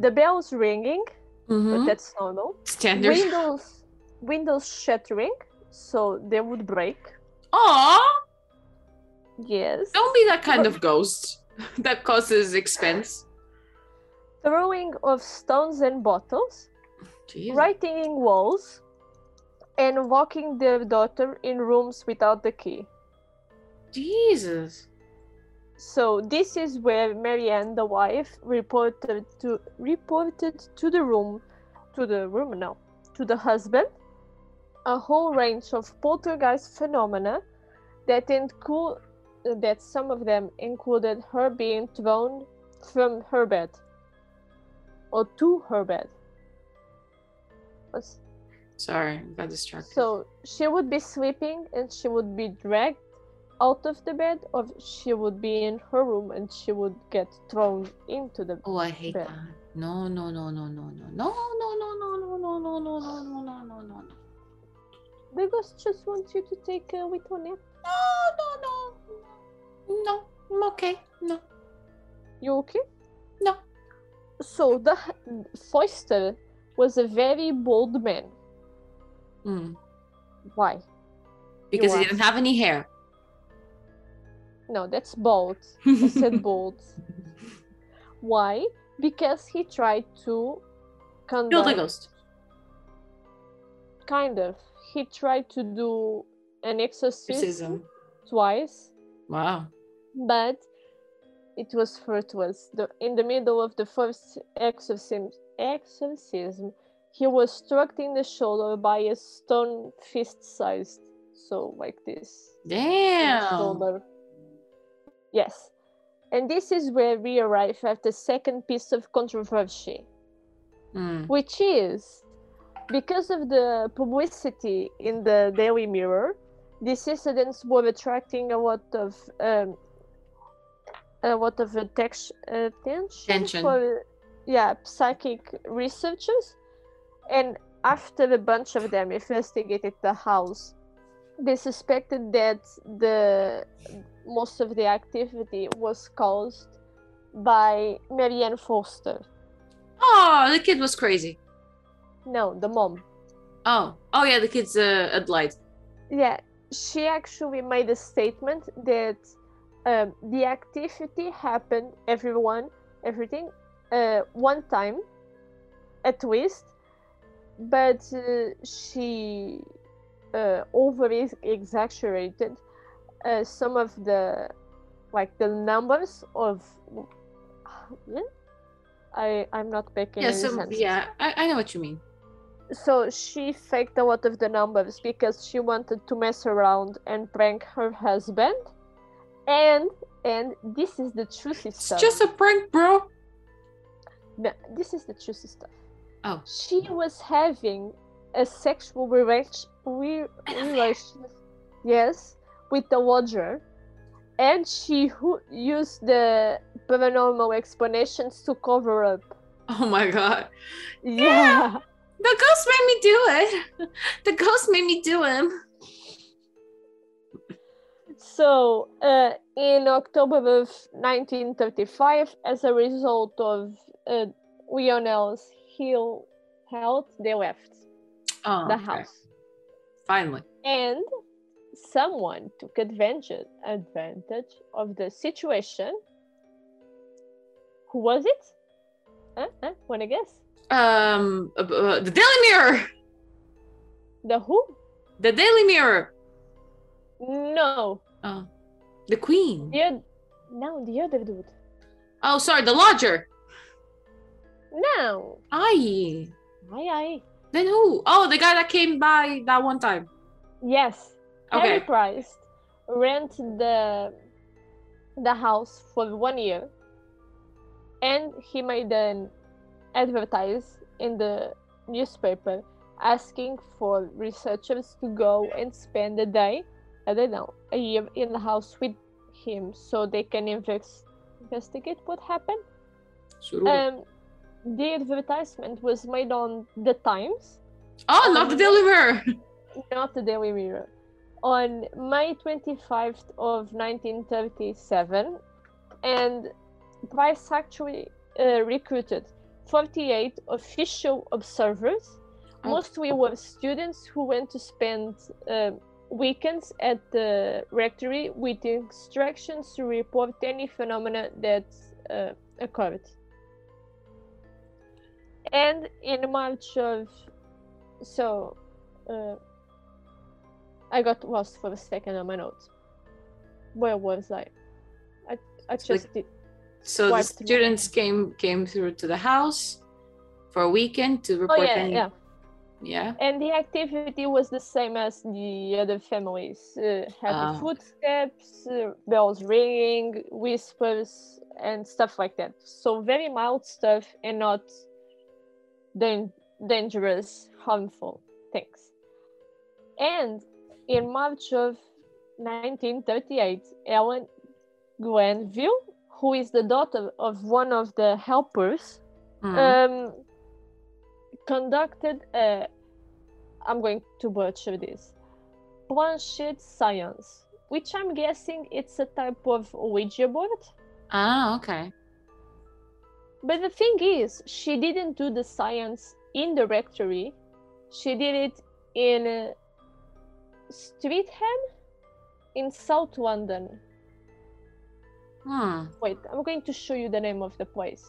Speaker 2: the bell's ringing,
Speaker 1: Mhm.
Speaker 2: but that's normal.
Speaker 1: standard
Speaker 2: Windows, windows shattering, so they would break.
Speaker 1: oh
Speaker 2: Yes.
Speaker 1: don't be that kind of ghost that causes expense
Speaker 2: Throwing of stones and bottles,
Speaker 1: Jeez.
Speaker 2: writing in walls, and locking their daughter in rooms without the key.
Speaker 1: jesus
Speaker 2: So this is where Marianne, the wife, reported to reported to the room, to the room no, to the husband, a whole range of poltergeist phenomena that include that some of them included her being thrown from her bed or to her bed. Was-
Speaker 1: sorry got distracted
Speaker 2: so she would be sleeping and she would be dragged out of the bed, or she would be in her room and she would get thrown into the.
Speaker 1: oh i hate
Speaker 2: Bad.
Speaker 1: that no no no no no no no no no no no no no no no no no no no no
Speaker 2: The ghost just wants you to take a little nap.
Speaker 1: No, no, no, no, no. I'm okay. No,
Speaker 2: You okay?
Speaker 1: no.
Speaker 2: So the Foister was a very bold man. Why?
Speaker 1: Mm. Because he
Speaker 2: are.
Speaker 1: didn't have any hair.
Speaker 2: No, that's bold. I said bold. Why? Because he tried
Speaker 1: Kill
Speaker 2: to conduct
Speaker 1: the ghost.
Speaker 2: kind of. He tried to do an exorcism
Speaker 1: Racism.
Speaker 2: twice,
Speaker 1: Wow.
Speaker 2: but it was fruitless. The, in the middle of the first exorcism, exorcism, he was struck in the shoulder by a stone fist-sized, so like this in the
Speaker 1: Damn.
Speaker 2: shoulder. Yes, and this is where we arrive at the second piece of controversy
Speaker 1: Mm.
Speaker 2: which is because of the publicity in the Daily Mirror, these incidents were attracting a lot of um, a lot of attex- attention
Speaker 1: Attention.
Speaker 2: for yeah psychic researchers, and after a bunch of them investigated the house, they suspected that the most of the activity was caused by Marianne Foster.
Speaker 1: Oh, the kid was crazy.
Speaker 2: No, the mom.
Speaker 1: Oh, oh yeah, the kid's uh, at light.
Speaker 2: Yeah, she actually made a statement that um, the activity happened, everyone, everything, uh, one time, at least, but uh, she uh, over exaggerated uh, some of the like the numbers of. I I'm not making
Speaker 1: yeah,
Speaker 2: any
Speaker 1: so
Speaker 2: sense.
Speaker 1: yeah, I, I know what you mean.
Speaker 2: So she faked a lot of the numbers because she wanted to mess around and prank her husband. And and this is the juicy
Speaker 1: It's
Speaker 2: stuff.
Speaker 1: just a prank, bro.
Speaker 2: No, this is the juicy stuff.
Speaker 1: Oh.
Speaker 2: She was having a sexual relation, re- relation yes, with the lodger. And she who used the paranormal explanations to cover up.
Speaker 1: Oh my god.
Speaker 2: Yeah.
Speaker 1: The ghost made me do it. The ghost made me do him.
Speaker 2: So, uh, in October of 1935, as a result of uh, Lionel's ill health, they left
Speaker 1: Oh,
Speaker 2: the
Speaker 1: okay.
Speaker 2: house.
Speaker 1: Finally.
Speaker 2: And someone took advantage, advantage of the situation. Who was it? Huh? Huh? Wanna guess?
Speaker 1: Um, uh, uh, the Daily Mirror.
Speaker 2: The who?
Speaker 1: The Daily Mirror.
Speaker 2: No.
Speaker 1: Oh, the Queen.
Speaker 2: The oth- no, the other dude.
Speaker 1: Oh, sorry, the Lodger.
Speaker 2: No.
Speaker 1: Aye.
Speaker 2: Aye, aye.
Speaker 1: Then who? Oh, the guy that came by that one time.
Speaker 2: Yes. Harry
Speaker 1: Okay.
Speaker 2: Price rented the the house for one year, and he made an advertise in the newspaper asking for researchers to go and spend a day, I don't know, a year in the house with him so they can invest, investigate what happened.
Speaker 1: Sure.
Speaker 2: Um, the advertisement was made on the Times,
Speaker 1: oh, not the Daily Mirror.
Speaker 2: not the Daily Mirror. On May 25th of 1937, and Price actually uh, recruited 48 official observers.
Speaker 1: Oh.
Speaker 2: Mostly were students who went to spend uh, weekends at the rectory with instructions to report any phenomena that uh, occurred. And in March of, so, uh, I got lost for a second on my notes. Where was I? I, I just did.
Speaker 1: So the
Speaker 2: Wiped them out.
Speaker 1: students came came through to the house for a weekend to
Speaker 2: Oh
Speaker 1: report
Speaker 2: yeah,
Speaker 1: any.
Speaker 2: yeah.
Speaker 1: yeah.
Speaker 2: And the activity was the same as the other families. Uh, heavy
Speaker 1: Ah.
Speaker 2: footsteps, uh, bells ringing, whispers, and stuff like that. So very mild stuff and not dan- dangerous, harmful things. And in March of 1938, Ellen Glenville, who is the daughter of one of the helpers,
Speaker 1: Hmm.
Speaker 2: um, conducted a, I'm going to butcher this, Planchet Science, which I'm guessing it's a type of Ouija board.
Speaker 1: ah, okay.
Speaker 2: But the thing is, she didn't do the science in the rectory. She did it in uh, Streatham in South London.
Speaker 1: Hmm.
Speaker 2: Wait, I'm going to show you the name of the place.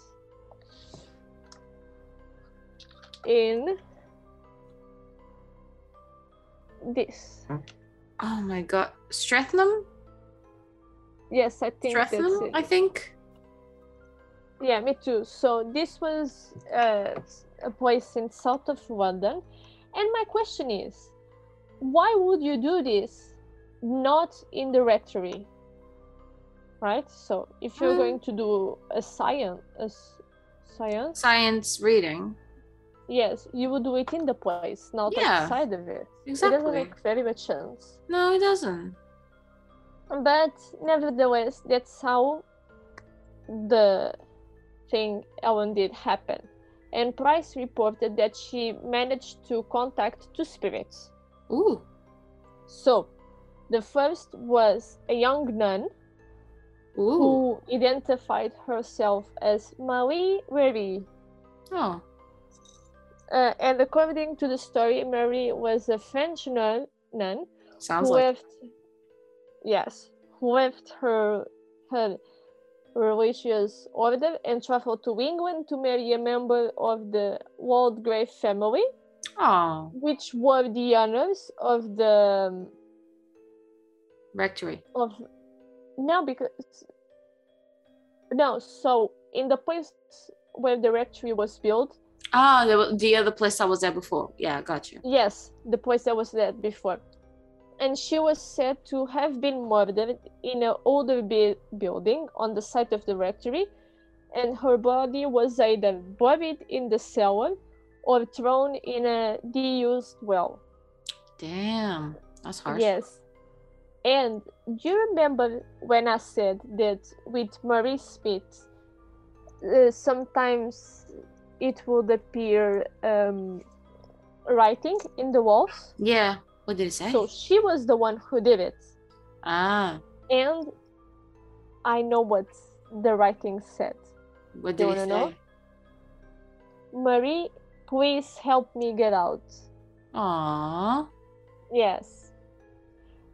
Speaker 2: In this.
Speaker 1: Oh my god. Strethnam?
Speaker 2: Yes, I think that's
Speaker 1: Strethnam,
Speaker 2: it.
Speaker 1: I think.
Speaker 2: Yeah, me too. So this was uh, a place in south of London, and my question is, why would you do this not in the rectory? Right. So if you're
Speaker 1: Mm.
Speaker 2: going to do a science, a s- science,
Speaker 1: Science reading.
Speaker 2: yes, you would do it in the place, not
Speaker 1: Yeah,
Speaker 2: outside of it. It
Speaker 1: exactly.
Speaker 2: doesn't make very much sense.
Speaker 1: No, it doesn't.
Speaker 2: But nevertheless, that's how the thing Ellen did happen. And Price reported that she managed to contact two spirits.
Speaker 1: Ooh.
Speaker 2: So, the first was a young nun
Speaker 1: Ooh.
Speaker 2: who identified herself as Marie Revy.
Speaker 1: Oh.
Speaker 2: Uh, and according to the story, Marie was a French nun, nun
Speaker 1: Sounds
Speaker 2: who
Speaker 1: like
Speaker 2: left. Yes, who left her her religious order and traveled to England to marry a member of the Waldegrave family,
Speaker 1: oh
Speaker 2: which were the owners of the um,
Speaker 1: rectory.
Speaker 2: of no because no so in the place where the rectory was built
Speaker 1: Ah, the, the other place I was there before. Yeah, got you.
Speaker 2: yes the place that was there before and she was said to have been murdered in an older bu- building on the site of the rectory and her body was either buried in the cellar or thrown in a deused well
Speaker 1: Damn, that's harsh.
Speaker 2: Yes. And do you remember when I said that with Murray Smith, uh, sometimes it would appear um, writing in the walls?
Speaker 1: Yeah. What did it say?
Speaker 2: So she was the one who did it.
Speaker 1: ah,
Speaker 2: And I know what the writing said.
Speaker 1: what
Speaker 2: You
Speaker 1: did it
Speaker 2: wanna
Speaker 1: say?
Speaker 2: know? Marie, please help me get out.
Speaker 1: Aww.
Speaker 2: Yes.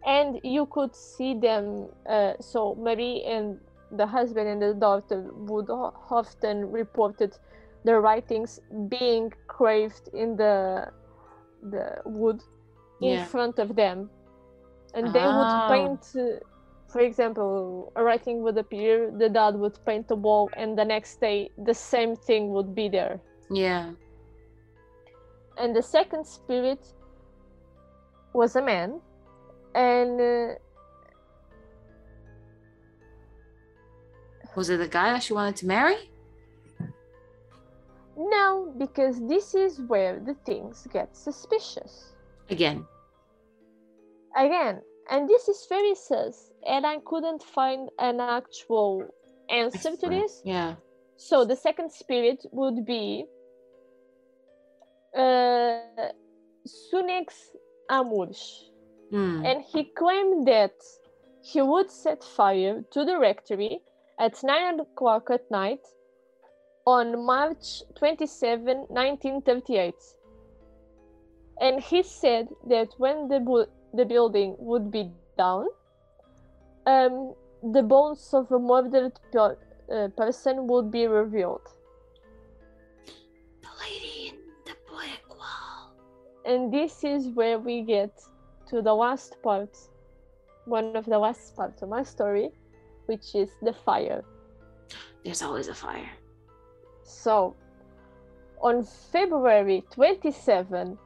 Speaker 2: And you could see them, uh, so Marie and the husband and the daughter would o- often reported their writings being carved in the the wood in
Speaker 1: Yeah.
Speaker 2: front of them. And
Speaker 1: Ah.
Speaker 2: they would paint, uh, for example, a writing would appear, the dad would paint a wall, and the next day the same thing would be there
Speaker 1: Yeah.
Speaker 2: and the second spirit was a man and uh,
Speaker 1: Was it the guy that she wanted to marry?
Speaker 2: no because this is where the things get suspicious
Speaker 1: Again.
Speaker 2: again and this is very sus and i couldn't find an actual answer to this
Speaker 1: Yeah.
Speaker 2: so the second spirit would be uh, sunex amursh
Speaker 1: Hmm.
Speaker 2: and he claimed that he would set fire to the rectory at 9 o'clock at night on March 27, 1938. And he said that when the, bu- the building would be down, um, the bones of a murdered per- uh, person would be revealed.
Speaker 1: The lady in the black wall.
Speaker 2: And this is where we get to the last part, one of the last parts of my story, which is the fire.
Speaker 1: There's always a fire.
Speaker 2: So, on February 27,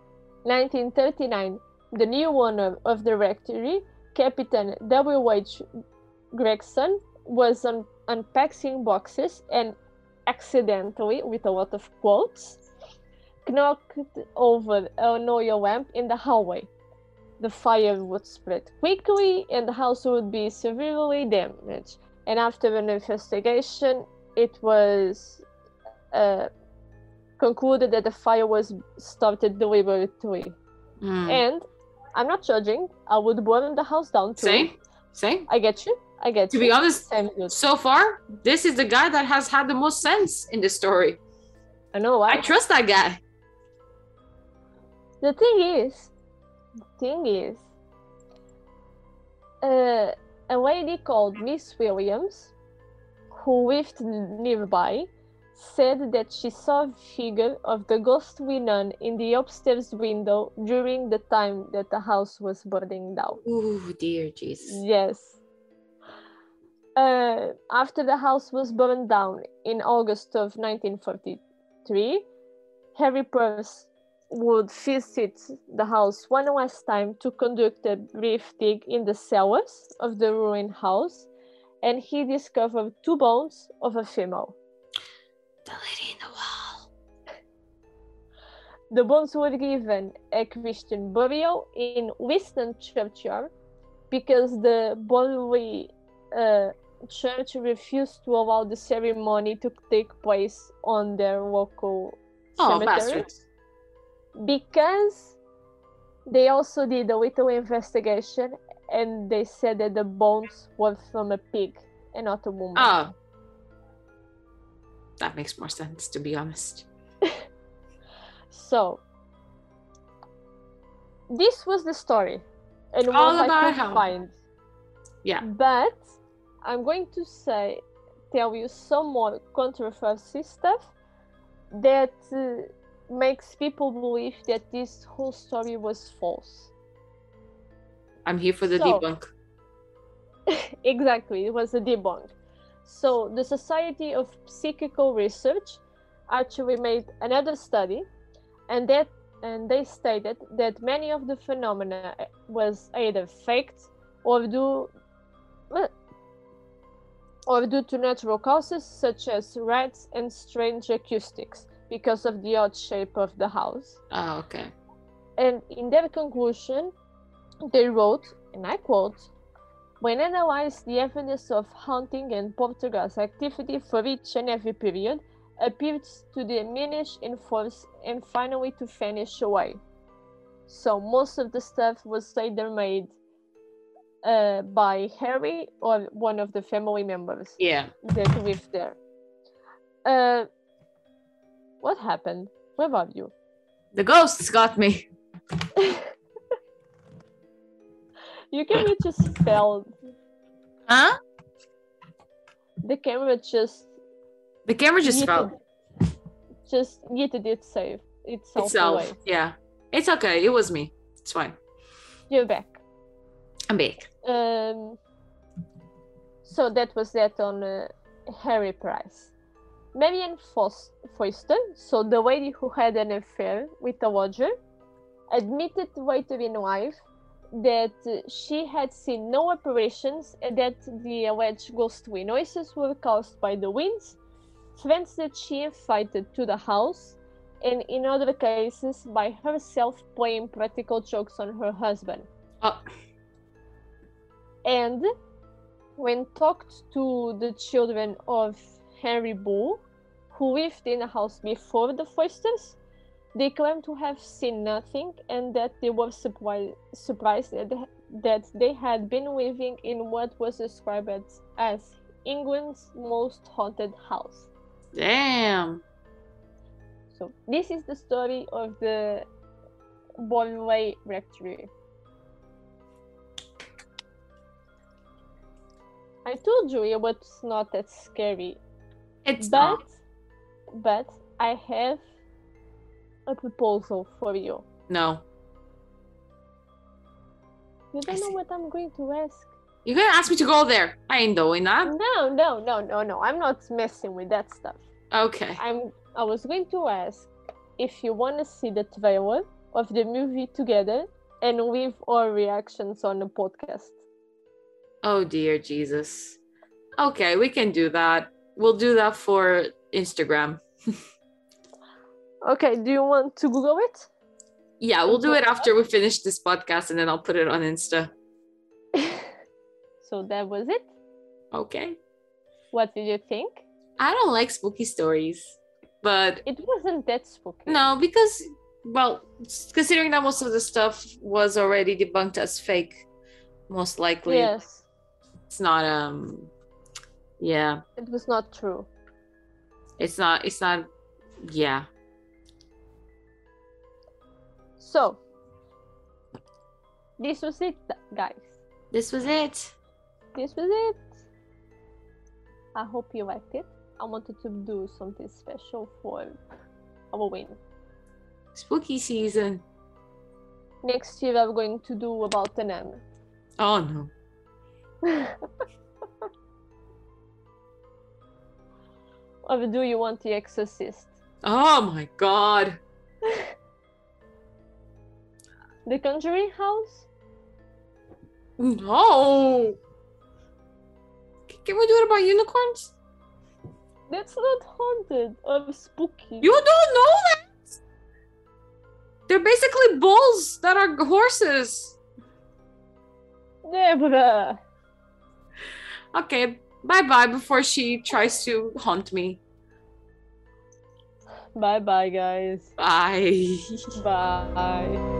Speaker 2: 1939, the new owner of the rectory, Captain W.H. Gregson, was un- unpacking boxes and accidentally, with a lot of quotes, knocked over an oil lamp in the hallway. The fire would spread quickly and the house would be severely damaged. And after an investigation, it was uh, concluded that the fire was started deliberately.
Speaker 1: Hmm.
Speaker 2: And I'm not judging. I would burn the house down too.
Speaker 1: Same. Same.
Speaker 2: I get you. I get
Speaker 1: To
Speaker 2: you.
Speaker 1: be honest,
Speaker 2: Same dude.
Speaker 1: so far, this is the guy that has had the most sense in the story.
Speaker 2: I know. why.
Speaker 1: I trust that guy.
Speaker 2: the thing is, the thing is, uh, a lady called Miss Williams, who lived n- nearby, said that she saw a figure of the ghostly nun in the upstairs window during the time that the house was burning down.
Speaker 1: Ooh, dear Jesus.
Speaker 2: Eh. Yes. Uh, after the house was burned down in August of 1943, Harry Purves would visit the house one last time to conduct a brief dig in the cellars of the ruined house, and he discovered two bones of a female.
Speaker 1: The lady in the wall.
Speaker 2: The bones were given a Christian burial in Weston Churchyard because the Bodley uh, Church refused to allow the ceremony to take place on their local
Speaker 1: Oh,
Speaker 2: cemetery
Speaker 1: bastards.
Speaker 2: because they also did a little investigation and they said that the bones were from a pig and not a woman.
Speaker 1: Oh. That makes more sense, to be honest.
Speaker 2: So, this was the story, and
Speaker 1: All
Speaker 2: what I
Speaker 1: about
Speaker 2: could
Speaker 1: how-
Speaker 2: find.
Speaker 1: Yeah.
Speaker 2: But I'm going to say, tell you some more controversy stuff that uh, makes people believe that this whole story was false.
Speaker 1: I'm here for the
Speaker 2: So-
Speaker 1: debunk.
Speaker 2: exactly, it was a debunk. So the Society of Psychical Research actually made another study, and that and they stated that many of the phenomena eh, was either faked or due or due to natural causes such as rats and strange acoustics because of the odd shape of the house.
Speaker 1: Oh, okay.
Speaker 2: And in their conclusion, they wrote, and I quote, when analyzed the evidence of hunting and poltergeist activity for each and every period appeared to diminish in force and finally to vanish away. So most of the stuff was either made uh, by Harry or one of the family members
Speaker 1: Yeah.
Speaker 2: that lived there. Uh, what happened? Where are you?
Speaker 1: The ghosts got me.
Speaker 2: Your camera just fell.
Speaker 1: Huh?
Speaker 2: The camera just
Speaker 1: The camera just fell
Speaker 2: yeeted- Just yeeted it safe itself,
Speaker 1: itself.
Speaker 2: away.
Speaker 1: Yeah. It's okay. It was me. It's fine.
Speaker 2: You're back.
Speaker 1: I'm back.
Speaker 2: Um, so that was that on uh, Harry Price. Marian Fos- Foister, so the lady who had an affair with a lodger, admitted later in life that uh, she had seen no apparitions and that the alleged ghostly noises were caused by the winds, friends that she invited to the house, and in other cases by herself playing practical jokes on her husband.
Speaker 1: Oh.
Speaker 2: And when talked to the children of Henry Bull, who lived in a house before the Foisters, they claimed to have seen nothing and that they were surpri- surprised that, that they had been living in what was described as- as England's most haunted house.
Speaker 1: Damn.
Speaker 2: So, this is the story of the Bonway Rectory. I told you it was not that scary.
Speaker 1: It's
Speaker 2: but
Speaker 1: not.
Speaker 2: but I have a proposal for you.
Speaker 1: No.
Speaker 2: You
Speaker 1: I
Speaker 2: don't know
Speaker 1: see.
Speaker 2: what I'm going to ask.
Speaker 1: You're going to ask me to go there. I ain't doing that.
Speaker 2: No, no, no, no, no. I'm not messing with that stuff.
Speaker 1: Okay.
Speaker 2: I'm I was going to ask if you want to see the trailer of the movie together and leave our reactions on the podcast.
Speaker 1: Oh, dear Jesus. Okay. We can do that. We'll do that for Instagram.
Speaker 2: Okay, do you want to Google it?
Speaker 1: Yeah. We'll do it after we finish this podcast and then I'll put it on Insta.
Speaker 2: so that was it.
Speaker 1: Okay.
Speaker 2: What did you think?
Speaker 1: I don't like spooky stories, but
Speaker 2: It wasn't that spooky.
Speaker 1: No, because well, s- considering that most of the stuff was already debunked as fake, most likely
Speaker 2: Yes,
Speaker 1: it's not. Um, yeah,
Speaker 2: it was not true.
Speaker 1: it's not. It's not. Yeah,
Speaker 2: So, this was it, guys.
Speaker 1: this was it.
Speaker 2: This was it. I hope you liked it. I wanted to do something special for Halloween.
Speaker 1: Spooky season.
Speaker 2: Next year, I'm going to do about the Nun.
Speaker 1: Oh no.
Speaker 2: or do you want The Exorcist?
Speaker 1: Oh my god.
Speaker 2: The Conjuring House?
Speaker 1: No. C- Can we do it about unicorns?
Speaker 2: That's not haunted or spooky.
Speaker 1: You don't know that. They're basically bulls that are horses.
Speaker 2: Deborah!
Speaker 1: Okay, bye bye before she tries to haunt me.
Speaker 2: Bye bye, guys.
Speaker 1: Bye.
Speaker 2: Bye.